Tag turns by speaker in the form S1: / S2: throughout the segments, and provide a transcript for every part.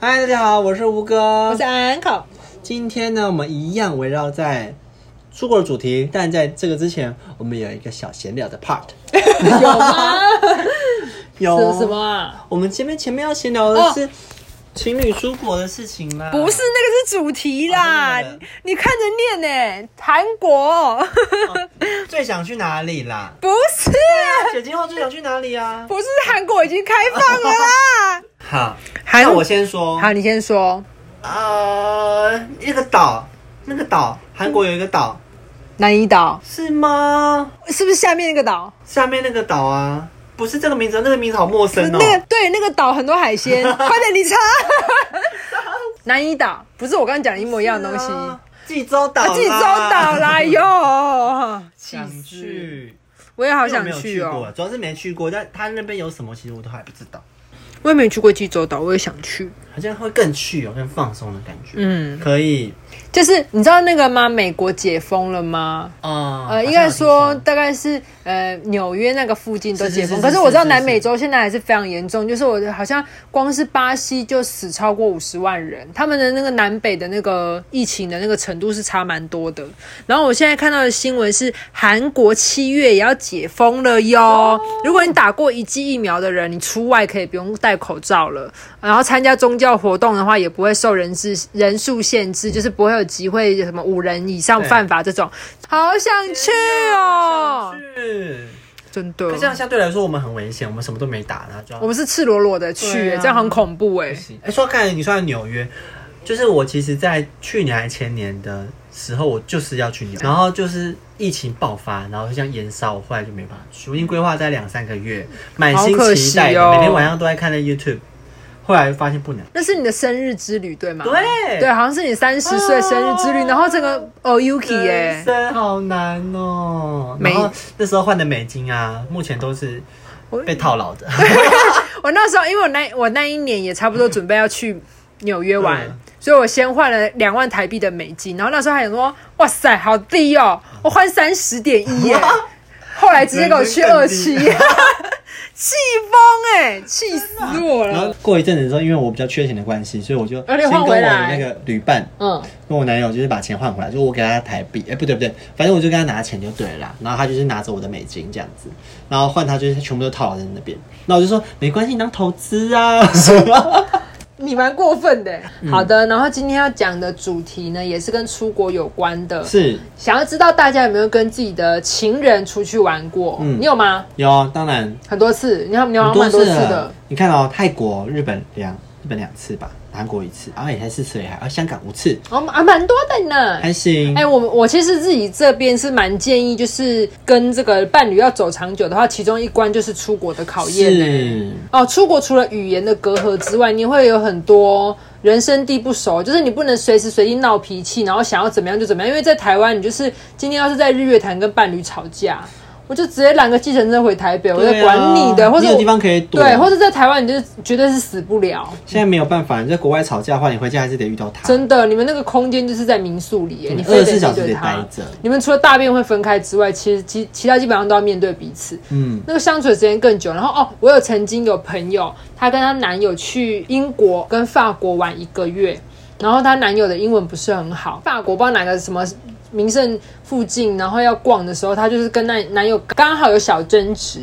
S1: 嗨，大家好，我是吴哥，
S2: 我是安考。
S1: 今天呢，我们一样围绕在出国的主题，但在这个之前，我们有一个小闲聊的 part。
S2: 有 吗？
S1: 有
S2: 是什么？啊？
S1: 我们前面前面要闲聊的是情侣出国的事情啦。
S2: 不是，那个是主题
S1: 哦
S2: 啦，
S1: 真的
S2: 你你看着念呢，韩国
S1: 最想去哪里啦？
S2: 不是
S1: 解禁后最想去哪里啊？
S2: 不是韩国已经开放了啦。
S1: 好，
S2: 韩
S1: 那我先说。
S2: 好，你先说
S1: 呃，一个岛，那个岛，韩国有一个岛，
S2: 南怡岛
S1: 是吗？
S2: 是不是下面那个岛？
S1: 下面那个岛啊，不是这个名字，那个名字好陌生哦。
S2: 那个对，那个岛很多海 鲜，快点你查。南怡岛不是我刚刚讲的一模一样的东西，
S1: 是
S2: 啊
S1: 啊，济州岛啦，
S2: 济州岛啦哟，气
S1: 想
S2: 死！
S1: 去，
S2: 我也好想
S1: 因为我没有
S2: 去
S1: 去
S2: 哦、
S1: 过，主要是没去过，但他那边有什么，其实我都还不知道，
S2: 我也没去过济州岛，我也想去。
S1: 好像会更去，有更放松的感觉。
S2: 嗯，
S1: 可以，
S2: 就是你知道那个吗？美国解封了吗？
S1: 啊，
S2: 呃，
S1: 好像有
S2: 应该说
S1: 听
S2: 大概是呃纽约那个附近都解封，
S1: 是是是
S2: 可是我知道南
S1: 是是
S2: 美洲现在还是非常严重，就是我好像光是巴西就死超过五十万人，他们的那个南北的那个疫情的那个程度是差蛮多的。然后我现在看到的新闻是韩国七月也要解封了哟，如果你打过一剂疫苗的人，你出外可以不用戴口罩了，然后参加宗教活动的话也不会受人制人数限制，就是不会有集会什么五人以上
S1: 对
S2: 犯法这种。好想去哦
S1: 说，是，
S2: 真
S1: 可这样
S2: 的。
S1: 相对来说我们很危险，我们什么都没打，然后就要
S2: 我们是赤裸裸的去、
S1: 对啊
S2: 这样很恐怖哎、
S1: 哎、说到刚才你说到纽约，就是我其实，在去年还前年的时候，我就是要去纽约，然后就是疫情爆发，然后就像延烧，我后来就没办法去。我已经规划在两三个月，满心期待的，
S2: 好可惜哦
S1: 每天晚上都在看那 YouTube，后来发现不能。
S2: 那是你的生日之旅对吗？
S1: 对
S2: 对，好像是你三十岁生日之旅，
S1: 哦
S2: 然后这个哦 Yuki
S1: 人
S2: 哎、
S1: 生好难哦、然后
S2: 美
S1: 那时候换的美金啊，目前都是
S2: 我
S1: 被套牢的。
S2: 我那时候因为我那我那一年也差不多准备要去纽约玩
S1: 嗯，
S2: 所以我先换了两万台币的美金，然后那时候还想说哇塞好低哦，我换三十点一耶，后来直接给我去二
S1: 人
S2: 七
S1: 生更，
S2: 气疯哎，气死我
S1: 然后
S2: 了，
S1: 过一阵子之后，因为我比较缺钱的关系，所以我就先
S2: 而且
S1: 跟
S2: 换
S1: 我
S2: 回
S1: 的
S2: 来
S1: 那个旅伴
S2: 嗯。
S1: 跟我男友就是把钱换回来，就我给他台币，哎、不对不对，反正我就跟他拿钱就对了啦。然后他就是拿着我的美金这样子，然后换他就是全部都套牢在那边。那我就说没关系，你当投资啊。
S2: 你蛮过分的、
S1: 嗯
S2: 好的，然后今天要讲的主题呢，也是跟出国有关的。
S1: 是
S2: 想要知道大家有没有跟自己的情人出去玩过？
S1: 嗯
S2: 你有吗？
S1: 有啊，当然
S2: 很多次，你看你好像
S1: 很
S2: 蛮多
S1: 多啊
S2: 次
S1: 了
S2: 的。
S1: 你看哦，泰国、日本两日本两次吧，韩国一次，然后也才四次而已，还、啊、香港五次，
S2: 哦，啊，蛮多的呢。
S1: 还行。
S2: 哎、我我其实自己这边是蛮建议，就是跟这个伴侣要走长久的话，其中一关就是出国的考验呢、
S1: 是
S2: 哦，出国除了语言的隔阂之外，你会有很多人生地不熟，就是你不能随时随地闹脾气，然后想要怎么样就怎么样。因为在台湾，你就是今天要是在日月潭跟伴侣吵架，我就直接拦个计程车回台北，我
S1: 对
S2: 在
S1: 啊
S2: 管你的，或者
S1: 你有
S2: 我
S1: 地方可以躲，
S2: 对，或者在台湾你就绝对是死不了。
S1: 现在没有办法，你在国外吵架的话，你回家还是得遇到他。
S2: 真的，你们那个空间就是在民宿里耶，
S1: 嗯
S2: 你非
S1: 24
S2: 得
S1: 小
S2: 面
S1: 时
S2: 对
S1: 得
S2: 他
S1: 待着。
S2: 你们除了大便会分开之外，其实其其他基本上都要面对彼此。
S1: 嗯，
S2: 那个相处的时间更久。然后哦，我有曾经有朋友，她跟她男友去英国跟法国玩一个月，然后她男友的英文不是很好，法国不知道哪个什么。名胜附近，然后要逛的时候，她就是跟那男友刚好有小争执，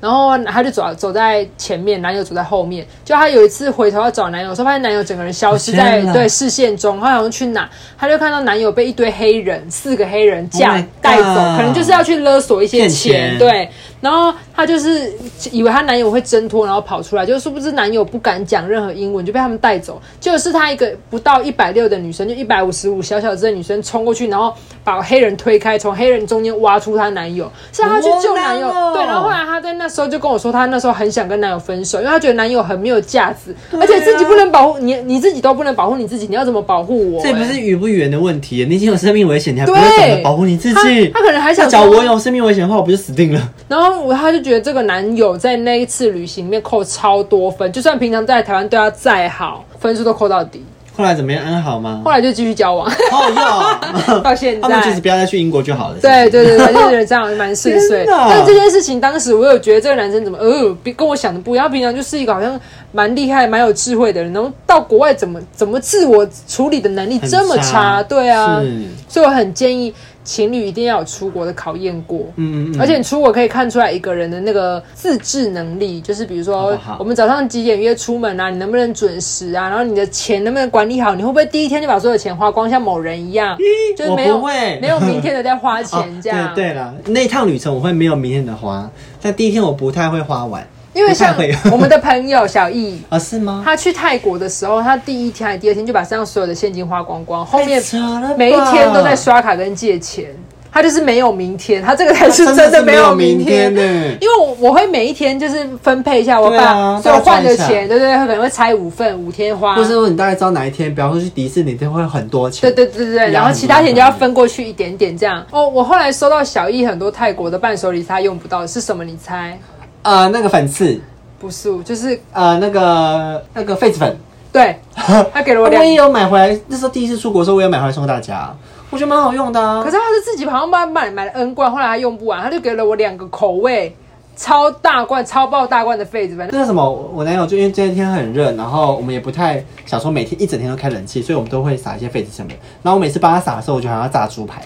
S2: 然后她就走走在前面，男友走在后面。就她有一次回头要找男友的时候，发现男友整个人消失在
S1: 天哪
S2: 对视线中，她好像去哪，她就看到男友被一堆黑人，四个黑人架
S1: Oh my god
S2: 带走，可能就是要去勒索一些
S1: 骗钱
S2: 钱，对。然后她就是以为她男友会挣脱，然后跑出来，就殊不知男友不敢讲任何英文，就被他们带走。就是她一个不到一百六的女生，就一百五十五小小只的女生冲过去，然后把黑人推开，从黑人中间挖出她男友，是她去救男友。
S1: 好窝囊哦
S2: 对，然后后来她在那时候就跟我说，她那时候很想跟男友分手，因为她觉得男友很没有价值，
S1: 啊
S2: 而且自己不能保护你，你自己都不能保护你自己，你要怎么保护我、
S1: 这也不是
S2: 欸
S1: 语不语言的问题，你已经有生命危险，你还不
S2: 对
S1: 会懂得保护你自己。
S2: 他他可能还想
S1: 那假如
S2: 说
S1: 我有生命危险的话，我不就死定了？
S2: 然后我她就觉得这个男友在那一次旅行里面扣超多分，就算平常在台湾对她再好，分数都扣到底。
S1: 后来怎么样？安好吗
S2: 后？来就继 续交往，
S1: 哦哟，
S2: 到现
S1: 他们其
S2: 在
S1: 实。不要再去英国就好了。
S2: 对对 对，对，就觉得这样蛮顺遂。
S1: 天哪
S2: 但这件事情当时我有觉得这个男生怎么，呃，比跟我想的不一样。他平常就是一个好像蛮厉害、蛮有智慧的人，然后到国外怎么怎么自我处理的能力
S1: 很
S2: 这么差？
S1: 差
S2: 对啊，
S1: 是嗯
S2: 所以我很建议情侣一定要有出国的考验过。
S1: 嗯嗯嗯，
S2: 而且你出国可以看出来一个人的那个自制能力，就是比如
S1: 好不
S2: 说
S1: 好
S2: 我们早上几点约出门啊，你能不能准时啊？然后你的钱能不能管理好？你会不会第一天就把所有钱花光，像某人一样，就是没
S1: 我
S2: 有
S1: 不会
S2: 没有明天的在花
S1: 哦
S2: 钱这样？
S1: 对对了，那趟旅程我会没有明天的花，但第一天我不太会花完
S2: 因为像
S1: 不太
S2: 我们的朋友 小易。
S1: 啊？是吗？
S2: 他去泰国的时候，他第一天还是第二天就把身上所有的现金花光光，后面
S1: 太扯了吧
S2: 每一天都在刷卡跟借钱，他就是没有明天，他这个才是
S1: 啊真
S2: 真
S1: 的
S2: 的
S1: 是
S2: 没
S1: 没
S2: 有
S1: 有
S2: 明
S1: 明天
S2: 天
S1: 呢。
S2: 因为我我会每一天就是分配一下，我
S1: 对
S2: 把
S1: 啊
S2: 所有换的
S1: 大家算
S2: 钱，
S1: 一
S2: 对对对，可能会拆五份，五天花，
S1: 或是说你大概知道哪一天，比方说去迪士尼，就会很多钱。
S2: 对对对对对，
S1: 很
S2: 然后其他钱就要分过去一点点这样。哦，我后来收到小易很多泰国的伴手礼，他用不到的是什么？你猜？
S1: 呃，那个粉刺，
S2: 不是，就是
S1: 呃，那个那个痱子粉，
S2: 对，他给了我
S1: 我
S2: 两
S1: 也。有买回来。那时候第一次出国的时候，我也买回来送大家，我觉得蛮好用的啊。
S2: 可是他是自己好像买买买了 N 罐，后来他用不完，他就给了我两个口味，超大罐、超爆大罐的痱子粉。
S1: 那个什么，我男友就因为这一天很热，然后我们也不太想说每天一整天都开冷气，所以我们都会撒一些痱子什么的。然后我每次帮他撒的时候，我就好像要炸猪 排，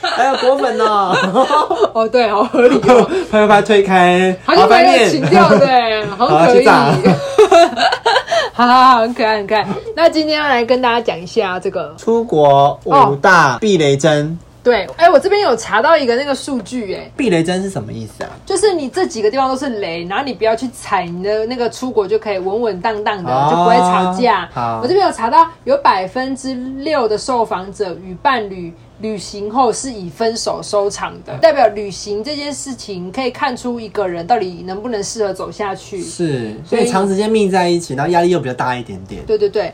S1: 还有果粉呢、
S2: 哦，对，好合理哦。
S1: 啪啪啪推开，
S2: 好像
S1: 好翻
S2: 蛮有
S1: 面
S2: 情调 的欸，好像可以。
S1: 好去炸
S2: 好好好，很可爱，很可爱。那今天要来跟大家讲一下这个，
S1: 出国五大避雷针，
S2: 对，哎、我这边有查到一个那个数据、哎，
S1: 避雷针是什么意思啊？
S2: 就是你这几个地方都是雷，然后你不要去踩，你的那个出国就可以稳稳当当的，
S1: 哦
S2: 就不会吵架。
S1: 好
S2: 我这边有查到有百分之六的受访者与伴侣旅行后是以分手收场的，代表旅行这件事情可以看出一个人到底能不能适合走下去。
S1: 是，
S2: 所
S1: 所
S2: 以
S1: 以长时间密在一起，然后压力又比较大一点点。
S2: 对对对，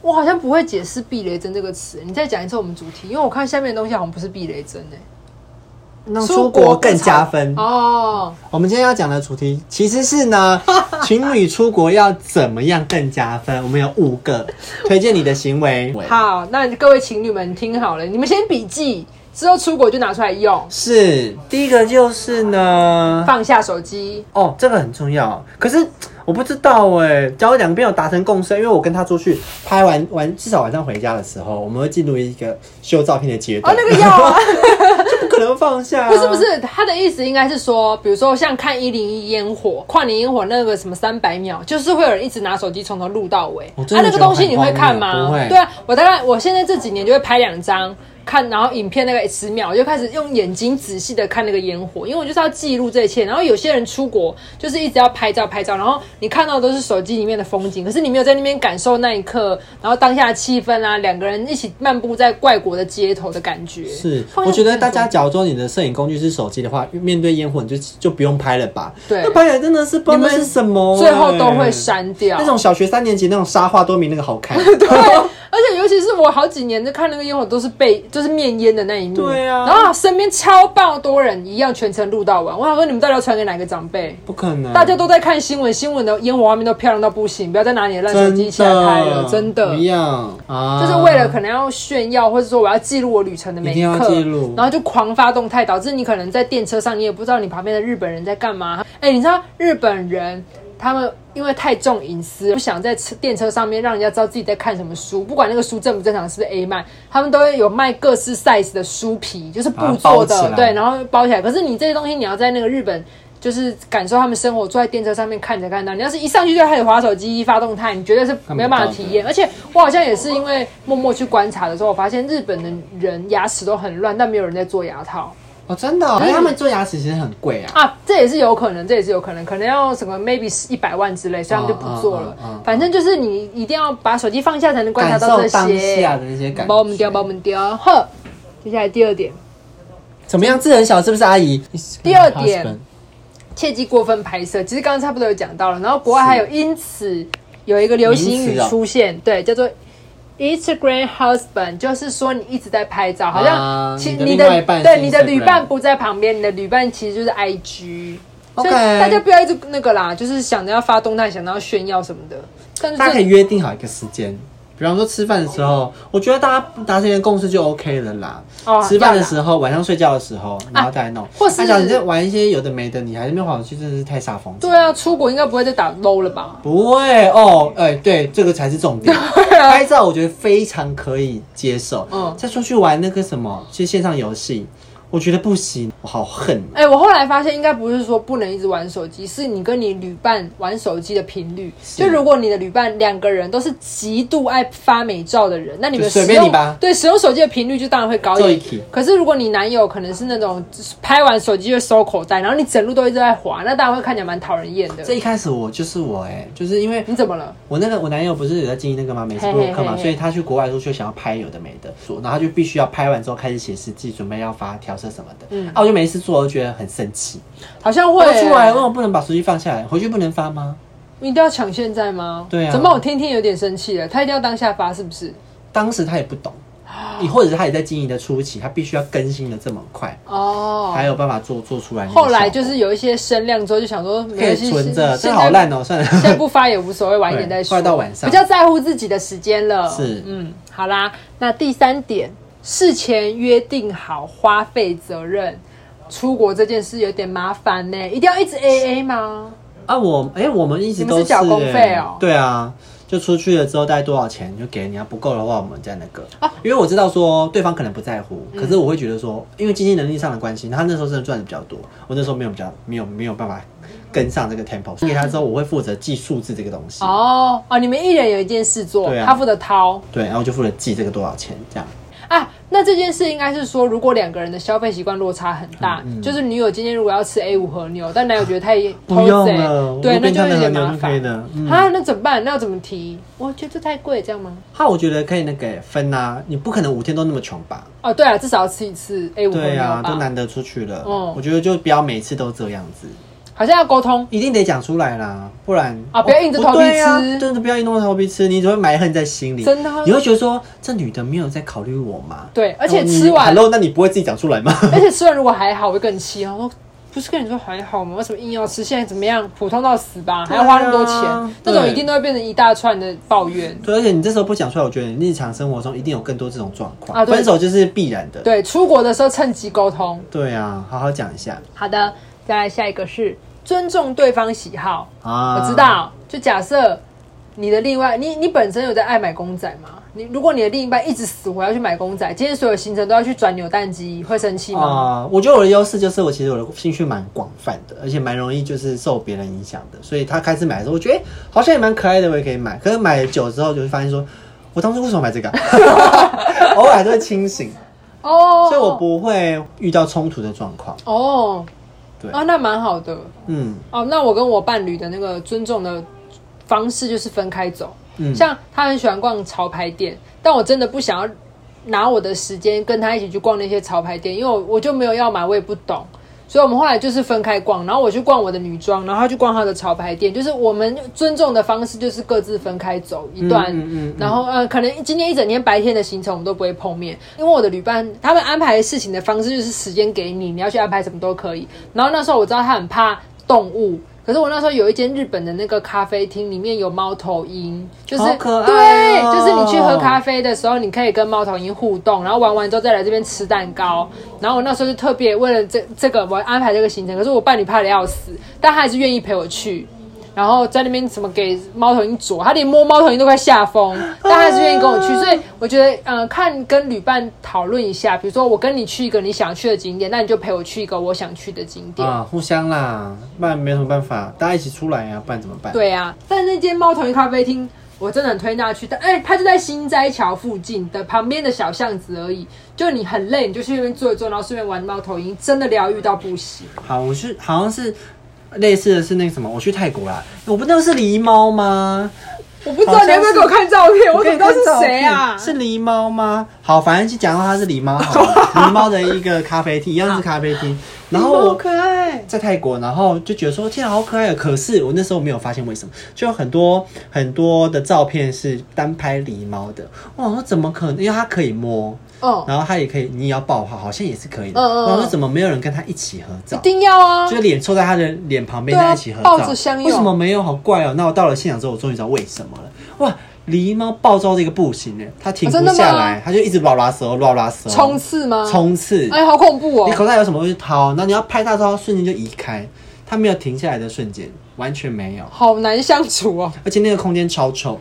S2: 我好像不会解释“避雷针”这个词，你再讲一次我们主题，因为我看下面的东西好像不是避雷针欸诶、
S1: 那出国嗯更加分。
S2: 哦。
S1: 我们今天要讲的主题其实是 呢，情侣出国要怎么样更加分？我们有五个推荐你的行为。
S2: 好，哦那各位情侣们听好了，你们先笔记，之后出国就拿出来用，
S1: 是第一个就是呢，
S2: 放下手机。
S1: 哦，这个很重要。可是我不知道哎，假如两边有达成共识，因为我跟他出去拍完完，至少晚上回家的时候，我们会进入一个修照片的阶
S2: 哦
S1: 段，，
S2: 那个要啊，
S1: 不可能放下、啊
S2: 不是不，是，他的意思应该是说，比如说像看一零一烟火、跨年烟火那个什么三百秒，就是会有人一直拿手机从头录到尾。
S1: 我
S2: 啊，
S1: 真的
S2: 那
S1: 觉
S2: 个
S1: 得
S2: 东西你会
S1: 很
S2: 看
S1: 荒
S2: 吗
S1: 谬不？会
S2: 对啊，我大概我现在这几年就会拍两张。看，然后影片那个十秒，我就开始用眼睛仔细的看那个烟火，因为我就是要记录这一切。然后有些人出国就是一直要拍照拍照，然后你看到的都是手机里面的风景，可是你没有在那边感受那一刻，然后当下的气氛啊，两个人一起漫步在外国的街头的感觉。
S1: 是，
S2: 放下
S1: 我觉得
S2: 手机
S1: 大家假如说你的摄影工具是手机的话，面对烟火你就就不用拍了吧。
S2: 对
S1: 那拍起来真的是不知道那是什么、欸
S2: 最后都会。删掉。
S1: 那种小学三年级那种沙画都没那个好看。
S2: 对，而且尤其是我好几年在看那个烟火，都是被就是面烟的那一幕。
S1: 对啊
S2: 然后身边超爆多人一样全程录到完。我想说，你们到底要传给哪个长辈？
S1: 不可能，
S2: 大家都在看新闻，新闻的烟火画面都漂亮到不行，不要再拿你的烂手
S1: 真
S2: 机
S1: 的
S2: 起来拍了，真的。
S1: 一样啊，
S2: 就是为了可能要炫耀，或者说我要记录我旅程的每
S1: 一定要
S2: 刻
S1: 记录，
S2: 然后就狂发动态，导致你可能在电车上，你也不知道你旁边的日本人在干嘛。哎、你知道日本人他们因为太重隐私，不想在车电车上面让人家知道自己在看什么书，不管那个书正不正常，是不是 A 漫，他们都会有卖各式 size 的书皮，就是布做
S1: 把它包
S2: 的，
S1: 起来
S2: 对，然后包起来。可是你这些东西，你要在那个日本。就是感受他们生活，坐在电车上面看着看到。你要是一上去就开始划手机、发动态，你绝对是没有办法体验。而且我好像也是因为默默去观察的时候，我发现日本的人牙齿都很乱，但没有人在做牙套
S1: 哦，真
S2: 嗯
S1: 的哦，因为他们做牙齿其实很贵啊。
S2: 啊，这也是有可能，这也是有可能，可能要什么 maybe 一百万之类，所以他们就不做了。
S1: 嗯嗯嗯嗯
S2: 反正就是你一定要把手机放下才能观察
S1: 感
S2: 到
S1: 受
S2: 这
S1: 当
S2: 些
S1: 下。的那些感
S2: 把我们
S1: 觉
S2: 掉，，把我们掉。呵，接下来第二点，
S1: 怎么样？字很小是不是阿姨？
S2: 第二点切忌过分拍摄。其实刚刚差不多有讲到了，然后国外还有因此有一个流行语
S1: 名词啊
S2: 出现，对，叫做 Instagram husband，就是说你一直在拍照，好像
S1: 啊
S2: 其
S1: 你的
S2: 你
S1: 另外一半
S2: 对
S1: 是
S2: 你的旅
S1: Instagram
S2: 伴不在旁边，你的旅伴其实就是 IG。所以
S1: OK
S2: 大家不要一直那个啦，就是想着要发动态，想着要炫耀什么的。但是
S1: 大家可以
S2: 这
S1: 约定好一个时间，比方说吃饭的时候，我觉得大家达成一个共识就 OK 了啦。
S2: 哦
S1: 吃饭的
S2: 要啦啊
S1: 时候，晚上睡觉的时候，然后再来弄。
S2: 或是
S1: 那假如你在玩一些有的没的，你还是没晃去，真的是太煞风景。
S2: 对啊，出国应该不会再打 low 了吧？
S1: 不会哦，哎、对，这个才是重点。拍照我觉得非常可以接受。
S2: 啊嗯
S1: 再出去玩那个什么，去线上游戏，我觉得不行，我好恨。
S2: 哎、我后来发现，应该不是说不能一直玩手机，是你跟你旅伴玩手机的频率。就如果你的旅伴两个人都是极度爱发美照的人，那你们
S1: 就随
S2: 使
S1: 便
S2: 用
S1: 你吧
S2: 对使用手机的频率就当然会高
S1: 做
S2: 一
S1: 一
S2: 点
S1: 起。
S2: 可是如果你男友可能是那种就是拍完手机就收口袋，然后你整路都一直在滑，那当然会看起来蛮讨人厌的。
S1: 这一开始我就是我哎、就是因为
S2: 你怎么了？
S1: 我那个我男友不是有在经营那个吗？美食布洛克
S2: 嘿嘿
S1: 嘛，
S2: 嘿
S1: 所以他去国外的时候就想要拍有的没的，然后他就必须要拍完之后开始写实际，准备要发调色什么的。
S2: 嗯
S1: 啊，我就没事做，我就觉得很生气。
S2: 好像会、
S1: 我出来问我不能把手机放下来，回去不能发吗？
S2: 你一定要抢现在吗？
S1: 对啊
S2: 怎么我天天有点生气了？他一定要当下发是不是？
S1: 当时他也 不懂，你或者是他也在经营的初期，他必须要更新的这么快，
S2: 哦，
S1: 才有办法做做出来那个效果。
S2: 后来就是有一些声量之后，就想说没
S1: 可
S2: 关
S1: 以
S2: 系，
S1: 存着，
S2: 现
S1: 这
S2: 在
S1: 好烂哦、算了。
S2: 现在不发也无所谓，晚一点再说。
S1: 对快到晚上
S2: 比较在乎自己的时间了。
S1: 是
S2: 嗯，好啦。那第三点，事前约定好花费责任。出国这件事有点麻烦呢、一定要一直 AA 吗？
S1: 啊，我哎、我们一直
S2: 你们
S1: 都
S2: 是缴公
S1: 欸
S2: 费哦
S1: 对啊，就出去了之后带多少钱就给你，啊不够的话我们再那个。
S2: 啊
S1: 因为我知道说对方可能不在乎，可
S2: 嗯
S1: 是我会觉得说，因为经济能力上的关系，他那时候真的赚的比较多，我那时候没有比较没有没有办法跟上这个 tempo，给他之后我会负责记数字这个东西，
S2: 哦哦，你们一人有一件事做，
S1: 对啊
S2: 他负责掏
S1: 对，然后就负责记这个多少钱这样。
S2: 啊。那这件事应该是说，如果两个人的消费习惯落差很大，就是女友今天如果要吃 A 五和牛，但男友觉得太
S1: 嗯不用
S2: 偷贼
S1: 了，
S2: 对，
S1: 我
S2: 那
S1: 边
S2: 就
S1: 看
S2: 有
S1: 那
S2: 点
S1: 个牛
S2: 麻
S1: 就可以
S2: 烦。
S1: 了。嗯
S2: 啊，那怎么办？那要怎么提？我觉得太贵，这样吗？
S1: 哈，啊我觉得可以那个欸分啊，你不可能五天都那么穷吧？
S2: 哦，对啊，至少要吃一次 A 五和
S1: 对
S2: 牛
S1: 啊，都
S2: 吧，
S1: 难得出去了，
S2: 嗯
S1: 我觉得就不要每次都这样子。
S2: 好像要沟 通。
S1: 一定得讲出来啦，不然
S2: 啊不要硬着头皮
S1: 哦对啊
S2: 吃
S1: 真的不要硬着头皮吃，你只会埋恨在心里。
S2: 真的啊
S1: 你会觉得说这女的没有在考虑我吗？
S2: 对，而
S1: 那
S2: 且
S1: 你
S2: 吃完，
S1: ，Hello，那你不会自己讲出来吗？
S2: 而且吃完如果还好，我会更气。然后说，不是跟你说还好吗？为什么硬要吃？现在怎么样？普通到死吧，还要花那么多钱
S1: 对啊，
S2: 那种
S1: 对
S2: 一定都会变成一大串的抱怨。
S1: 对，而且你这时候不讲出来，我觉得你日常生活中一定有更多这种状况。
S2: 啊对
S1: 分手就是必然的。
S2: 对，出国的时候趁机沟通。
S1: 对啊，好好讲一下
S2: 好的，再来下一个是尊重对方喜好。
S1: 啊。
S2: 我知，道，就假设你的另外，你你本身有在爱买公仔吗？你如果你的另一半一直死活要去买公仔，今天所有行程都要去转扭蛋机，会生气吗？
S1: 啊、我觉得我的优势就是我其实我的兴趣蛮广泛的，而且蛮容易就是受别人影响的，所以他开始买的时候，我觉得、诶好像也蛮可爱的，我也可以买。可是买久之后，就会发现说，我当初为什么买这个啊、 偶尔还是会清醒，
S2: 哦，
S1: 所以我不会遇到冲突的状况。
S2: 哦，
S1: 对
S2: 啊，那蛮好的
S1: 嗯，
S2: 哦。那我跟我伴侣的那个尊重的方式就是分开走，
S1: 嗯
S2: 像他很喜欢逛潮牌店，但我真的不想要拿我的时间跟他一起去逛那些潮牌店，因为我我就没有要买，我也不懂。所以我们后来就是分开逛，然后我去逛我的女装，然后他去逛他的潮牌店，就是我们尊重的方式就是各自分开走一段，
S1: 嗯嗯嗯嗯
S2: 然后呃，可能今天一整天白天的行程我们都不会碰面，因为我的旅伴他们安排事情的方式就是时间给你，你要去安排什么都可以。然后那时候我知道他很怕动物。可是我那时候有一间日本的那个咖啡厅，里面有猫头鹰，就是
S1: 好可爱哦
S2: 对，就是你去喝咖啡的时候，你可以跟猫头鹰互动，然后玩完之后再来这边吃蛋糕。然后我那时候就特别为了这这个我安排这个行程，可是我伴侣怕的要死，但他还是愿意陪我去。然后在那边什么给猫头鹰啄，他连摸猫头鹰都快吓疯，但他还是愿意跟我去，所以我觉得，嗯、看跟旅伴讨论一下，比如说我跟你去一个你想去的景点，那你就陪我去一个我想去的景点。
S1: 啊，互相啦，不然没什么办法，大家一起出来呀、啊，不然怎么办？，
S2: 对啊，但那间猫头鹰咖啡厅，我真的很推荐大家去。但哎、它就在新斋桥附近的旁边的小巷子而已。就你很累，你就去那边坐一坐，然后顺便玩猫头鹰，真的疗愈到不行。
S1: 好，我是好像是类似的是那个什么，我去泰国啦，我不那个是狸猫吗？
S2: 我不知道
S1: 好像
S2: 你有没有给我看照片，我
S1: 可
S2: 怎
S1: 以
S2: 么
S1: 看
S2: 知道是
S1: 照
S2: 谁
S1: 片
S2: 啊？
S1: 是狸猫吗？好，反正就讲到它是狸猫好 了，狸猫的一个咖啡厅，一样是咖啡厅。然后
S2: 好
S1: 我
S2: 啊可爱。
S1: 在泰国，然后就觉得说天啊，好可爱哦！可是我那时候没有发现为什么，就有很多很多的照片是单拍狸猫的。哇，我说怎么可能？因为它可以摸，
S2: 哦，
S1: 然后它也可以，你也要抱它，好像也是可以的。
S2: 嗯嗯嗯
S1: 然后我说怎么没有人跟它一起合
S2: 一
S1: 照？
S2: 定要啊！
S1: 就是脸凑在他的脸旁边，
S2: 对啊
S1: 在一起合
S2: 抱
S1: 照
S2: 着相拥
S1: 为什么没有？好怪哦、那我到了现场之后，我终于知道为什么了，哇，狸猫暴躁的一个不行哎，它停
S2: 哦
S1: 不
S2: 真的吗
S1: 下来，它就一直拉拉舌，拉拉舌，
S2: 冲刺吗？
S1: 冲刺，
S2: 哎，好恐怖
S1: 你
S2: 哦！
S1: 口袋有什么东西掏，那你要拍它之后，瞬间就移开，它没有停下来的瞬间，完全没有，
S2: 好难相处哦。
S1: 而且那个空间超 臭。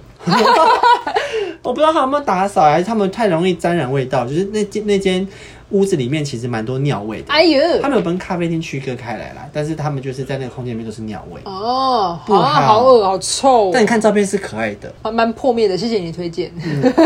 S1: 我不知道他有没有打扫，还是他们太容易沾染味道。就是那间那间屋子里面其实蛮多尿味的，
S2: 哎呦
S1: 他，们有跟咖啡厅区隔开来啦，但是他们就是在那个空间里面都是尿味。
S2: 哦，
S1: 不好
S2: 啊，好恶，好臭
S1: 但，你看照片是可爱的，
S2: 蛮蛮破灭的。谢谢你推荐，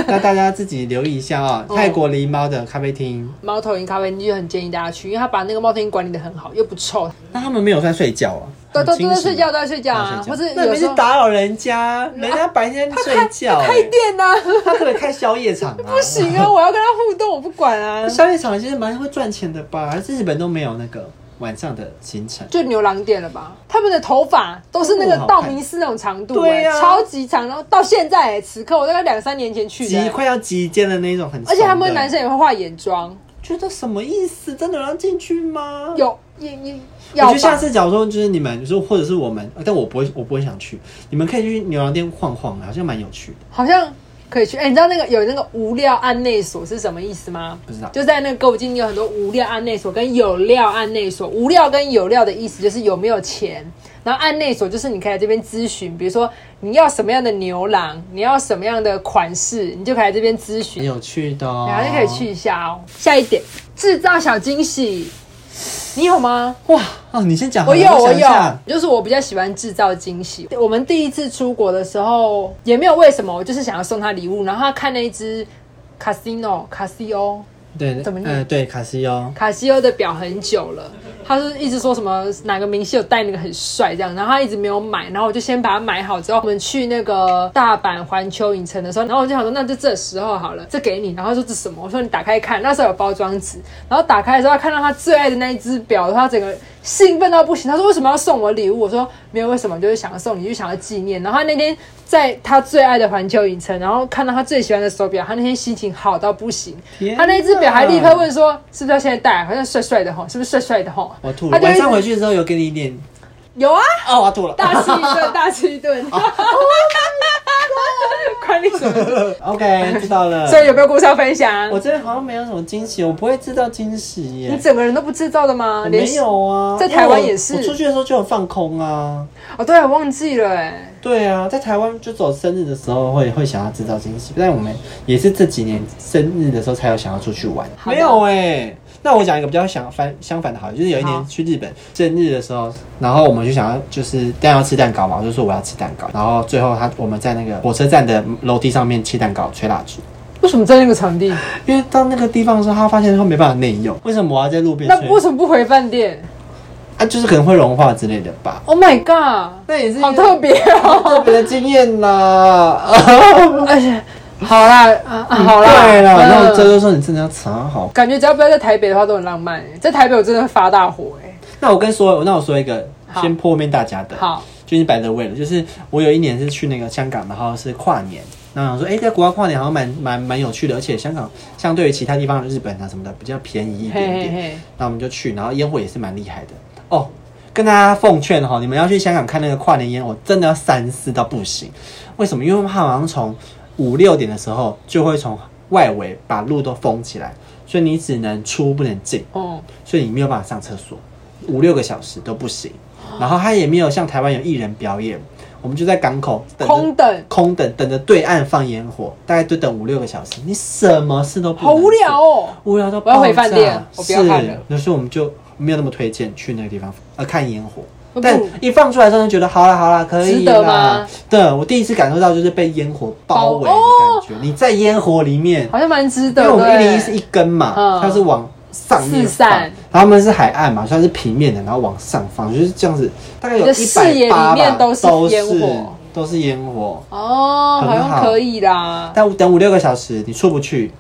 S1: 那大家自己留意一下哦。
S2: 哦
S1: 泰国狸猫的咖啡厅，
S2: 猫头鹰咖啡厅就很建议大家去，因为他把那个猫头鹰管理的很好，又不臭，
S1: 那他们没有在睡觉啊？
S2: 都都
S1: 很清
S2: 都在
S1: 醒
S2: 睡觉，都在睡觉啊，
S1: 都
S2: 或
S1: 在
S2: 者
S1: 那你
S2: 有
S1: 们
S2: 时
S1: 是
S2: 候啊
S1: 打扰人家，人家白天睡觉、
S2: 开
S1: 欸，
S2: 店呐，
S1: 他可能开宵夜场啊。
S2: 不行啊，我要跟他互动，我不管啊。
S1: 宵夜场其实蛮会赚钱的吧？还是日本都没有那个晚上的行程？
S2: 就牛郎店了吧？他们的头发都是那个
S1: 哦好
S2: 道
S1: 看
S2: 明寺那种长度、
S1: 对
S2: 哎
S1: 啊
S2: 超级长，然后到现在、哎此刻我大概两三年前去的、
S1: 极快要极尖的那种很怂的，
S2: 而且他们男生也会画眼妆，
S1: 觉得什么意思？真的有让进去吗？
S2: 有也也
S1: 我
S2: 要
S1: 觉得下
S2: 吧。
S1: 次假如说就是你们，就是或者是我们，呃但我不会，我不会想去。你们可以去牛郎店晃晃，啊好像蛮有趣的。
S2: 好像可以去。哎、你知道那个有那个无料案内所是什么意思吗？
S1: 不知道
S2: 就在那个购物金有很多无料案内所跟有料案内所。无料跟有料的意思就是有没有钱，然后案内所就是你可以来这边咨询，比如说你要什么样的牛郎，你要什么样的款式，你就可以来这边咨询
S1: 很。有趣的、哦，
S2: 啊然后就可以去一下哦。下一点，制造小惊喜，你有吗？
S1: 哇哦！你先讲好
S2: 我
S1: 了，
S2: 有，我
S1: 想一
S2: 有
S1: 下，
S2: 就是我比较喜欢制造惊喜。我们第一次出国的时候也没有为什么，我就是想要送他礼物，然后他看那一只 Casino 卡西欧
S1: 对，
S2: 怎么念
S1: 呃，对，卡西欧，
S2: 卡西欧的表很久了，他是一直说什么哪个明星有戴那个很帅这样，然后他一直没有买，然后我就先把它买好之后，我们去那个大阪环球影城的时候，然后我就想说那就这时候好了，这给你，然后他说这是什么？我说你打开看，那时候有包装纸，然后打开的时候他看到他最爱的那一只表，他整个兴奋到不行，他说为什么要送我礼物？我说没有为什么，就是想要送你，就想要纪念。然后他那天在他最爱的环球影城，然后看到他最喜欢的手表，他那天心情好到不行，
S1: 天
S2: 他那只表还立刻
S1: 哪
S2: 问说：“是不是要现在戴？好像帅帅的吼，是不是帅帅的吼？”
S1: 我吐
S2: 他
S1: 了。
S2: 就一
S1: 晚
S2: 直
S1: 上回去的时候有给你一点，
S2: 有啊，
S1: 哦，我吐了。
S2: 大吃一顿，大吃一顿。管你什么事？
S1: OK，知道了。
S2: 所以有没有故事要分享
S1: 我？这边好像没有什么惊喜，我不会制造惊喜
S2: 你
S1: 耶。
S2: 整个人都不制造的吗？
S1: 我
S2: 连
S1: 没有啊，
S2: 在台湾
S1: 因为我
S2: 也是
S1: 我出去的时候就很放空啊。
S2: 哦，对，我忘记了哎。
S1: 对啊，在台湾就走生日的时候会会想要制造惊喜，但我们也是这几年生日的时候才有想要出去玩。
S2: 好的
S1: 没有哎、那我讲一个比较相反相反的好了，就是有一
S2: 好
S1: 年去日本生日的时候，然后我们就想要就是但要吃蛋糕嘛，我就说我要吃蛋糕，然后最后他我们在那个火车站的楼梯上面切蛋糕吹蜡烛，
S2: 为什么在那个场地？
S1: 因为到那个地方的时候，他发现他没办法内用，为什么我要在路边
S2: 那
S1: 吹
S2: 为？什么不回饭店
S1: 啊，就是可能会融化之类的吧。
S2: ？Oh my god！
S1: 那也是一个
S2: 好特别哦。
S1: 特别的经验啦。
S2: 而且，好啦，啊啊，好啦，
S1: 对啦，
S2: 嗯
S1: 然后这就说你真的要藏好。
S2: 感觉只要不要在台北的话都很浪漫欸。在台北我真的会发大火哎。
S1: 那我跟说，那我说一个
S2: 好，
S1: 先破灭大家的，
S2: 好，
S1: 就是摆的位了。就是我有一年是去那个香港，然后是跨年，然后想说，哎、在国外跨年好像蛮蛮蛮有趣的，而且香港相对于其他地方，日本啊什么的比较便宜一
S2: 嘿
S1: 点
S2: 嘿
S1: 点。
S2: 嘿，
S1: 那我们就去，然后烟火也是蛮厉害的哦。跟大家奉劝哈，你们要去香港看那个跨年烟火，真的要三思到不行。为什么？因为它好像从五六点的时候就会从外围把路都封起来，所以你只能出不能进，
S2: 哦，
S1: 所以你没有办法上厕所，五六个小时都不行。然后它也没有像台湾有艺人表演，我们就在港口等着
S2: 空等。
S1: 空等，等着对岸放烟火，大概就等五六个小时，你什么事都不能
S2: 好无
S1: 做
S2: 聊哦。
S1: 无聊到
S2: 我要回饭店
S1: 爆炸
S2: 我不要看了
S1: 是，那所以我们就没有那么推荐去那个地方呃看烟火
S2: 哦不。
S1: 但一放出来之后，就觉得好了好了，可以啦
S2: 值得吗？
S1: 对，我第一次感受到就是被烟火包围的
S2: 包
S1: 感觉。你在烟火里面，
S2: 好像蛮值
S1: 因
S2: 得
S1: 为
S2: 的欸。
S1: 我们一零一是一根嘛，
S2: 嗯
S1: 它是往上面
S2: 四
S1: 放，
S2: 散
S1: 然后他们是海岸嘛，所以它是平面的，然后往上放，就是这样子，大概有
S2: 你的
S1: 一
S2: 视
S1: 百
S2: 野里
S1: 八
S2: 面
S1: 吧，
S2: 都
S1: 都
S2: 是烟火
S1: 都是烟火。
S2: 哦，好
S1: 很
S2: 像
S1: 好
S2: 可以啦。
S1: 但等五六个小时，你出不去。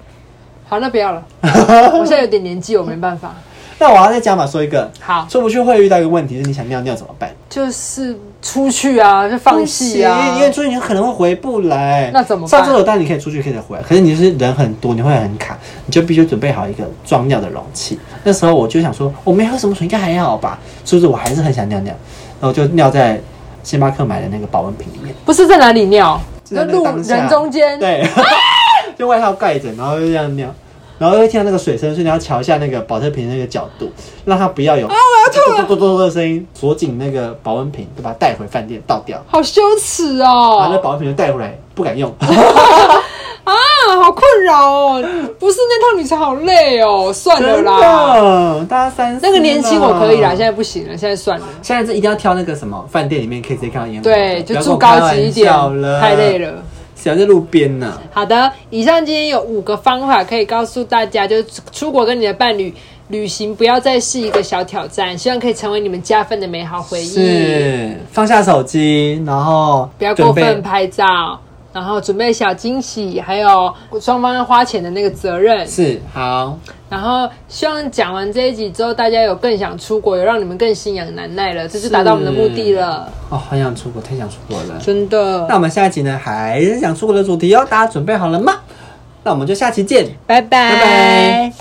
S2: 好，那 不要了。我现在有点年纪，我没办法。
S1: 那我要再加码说一个，
S2: 好，
S1: 出不去会遇到一个问题，就是你想尿尿怎么办？
S2: 就是出去啊，就放弃
S1: 不
S2: 啊
S1: 行因。为出去你可能会回不来。
S2: 那怎么办
S1: 上厕所当然你可以出去，可以再回啊来，可是你是人很多，你会很卡，你就必须准备好一个装尿的容器。那时候我就想说，我没喝什么水，应该还好吧？是不是？我还是很想尿尿，然后就尿在星巴克买的那个保温瓶里面。
S2: 不是在哪里尿？
S1: 就
S2: 那
S1: 在
S2: 路
S1: 个当下
S2: 人中间，
S1: 对， 就外套盖着，然后就这样尿，然后又听到那个水声，所以你要调一下那个保特瓶那个角度，让它不要有啊我要吐了嘟嘟嘟嘟的声音，锁紧那个保温瓶，就把它带回饭店倒掉，
S2: 好羞耻
S1: 把那
S2: 哦，
S1: 保温瓶就带回来，不 敢用，
S2: 啊，好困扰哦，不是那趟旅程好累哦，算了
S1: 真
S2: 啦，
S1: 的，大家三思
S2: 那个年轻我可以啦，现
S1: 在
S2: 在不行了，现在算了，
S1: 现在是一定要挑那个什么饭店里面可以直接看到烟火的，
S2: 对，
S1: 不
S2: 就
S1: 要跟
S2: 住
S1: 我开
S2: 高级一点
S1: 玩笑了，，
S2: 太累，了。
S1: 想在路边呢、
S2: 好的，以上今天有五个方法可以告诉大家，就是出国跟你的伴侣旅行，不要再是一个小挑战，希望可以成为你们加分的美好回忆。
S1: 是放下手机，然后
S2: 不要过
S1: 准备
S2: 分拍照，然后准备小惊喜，还有双方要花钱的那个责任。
S1: 是好，
S2: 然后希望讲完这一集之后，大家有更想出国，有让你们更心痒难耐了，这就达到我们的目的了。
S1: 哦，很想出国，太想出国了。
S2: 真
S1: 那
S2: 的，
S1: 我们下一集呢，还是想出国的主题哦，大家准备好了吗？那我们就下期见。
S2: 拜
S1: 拜拜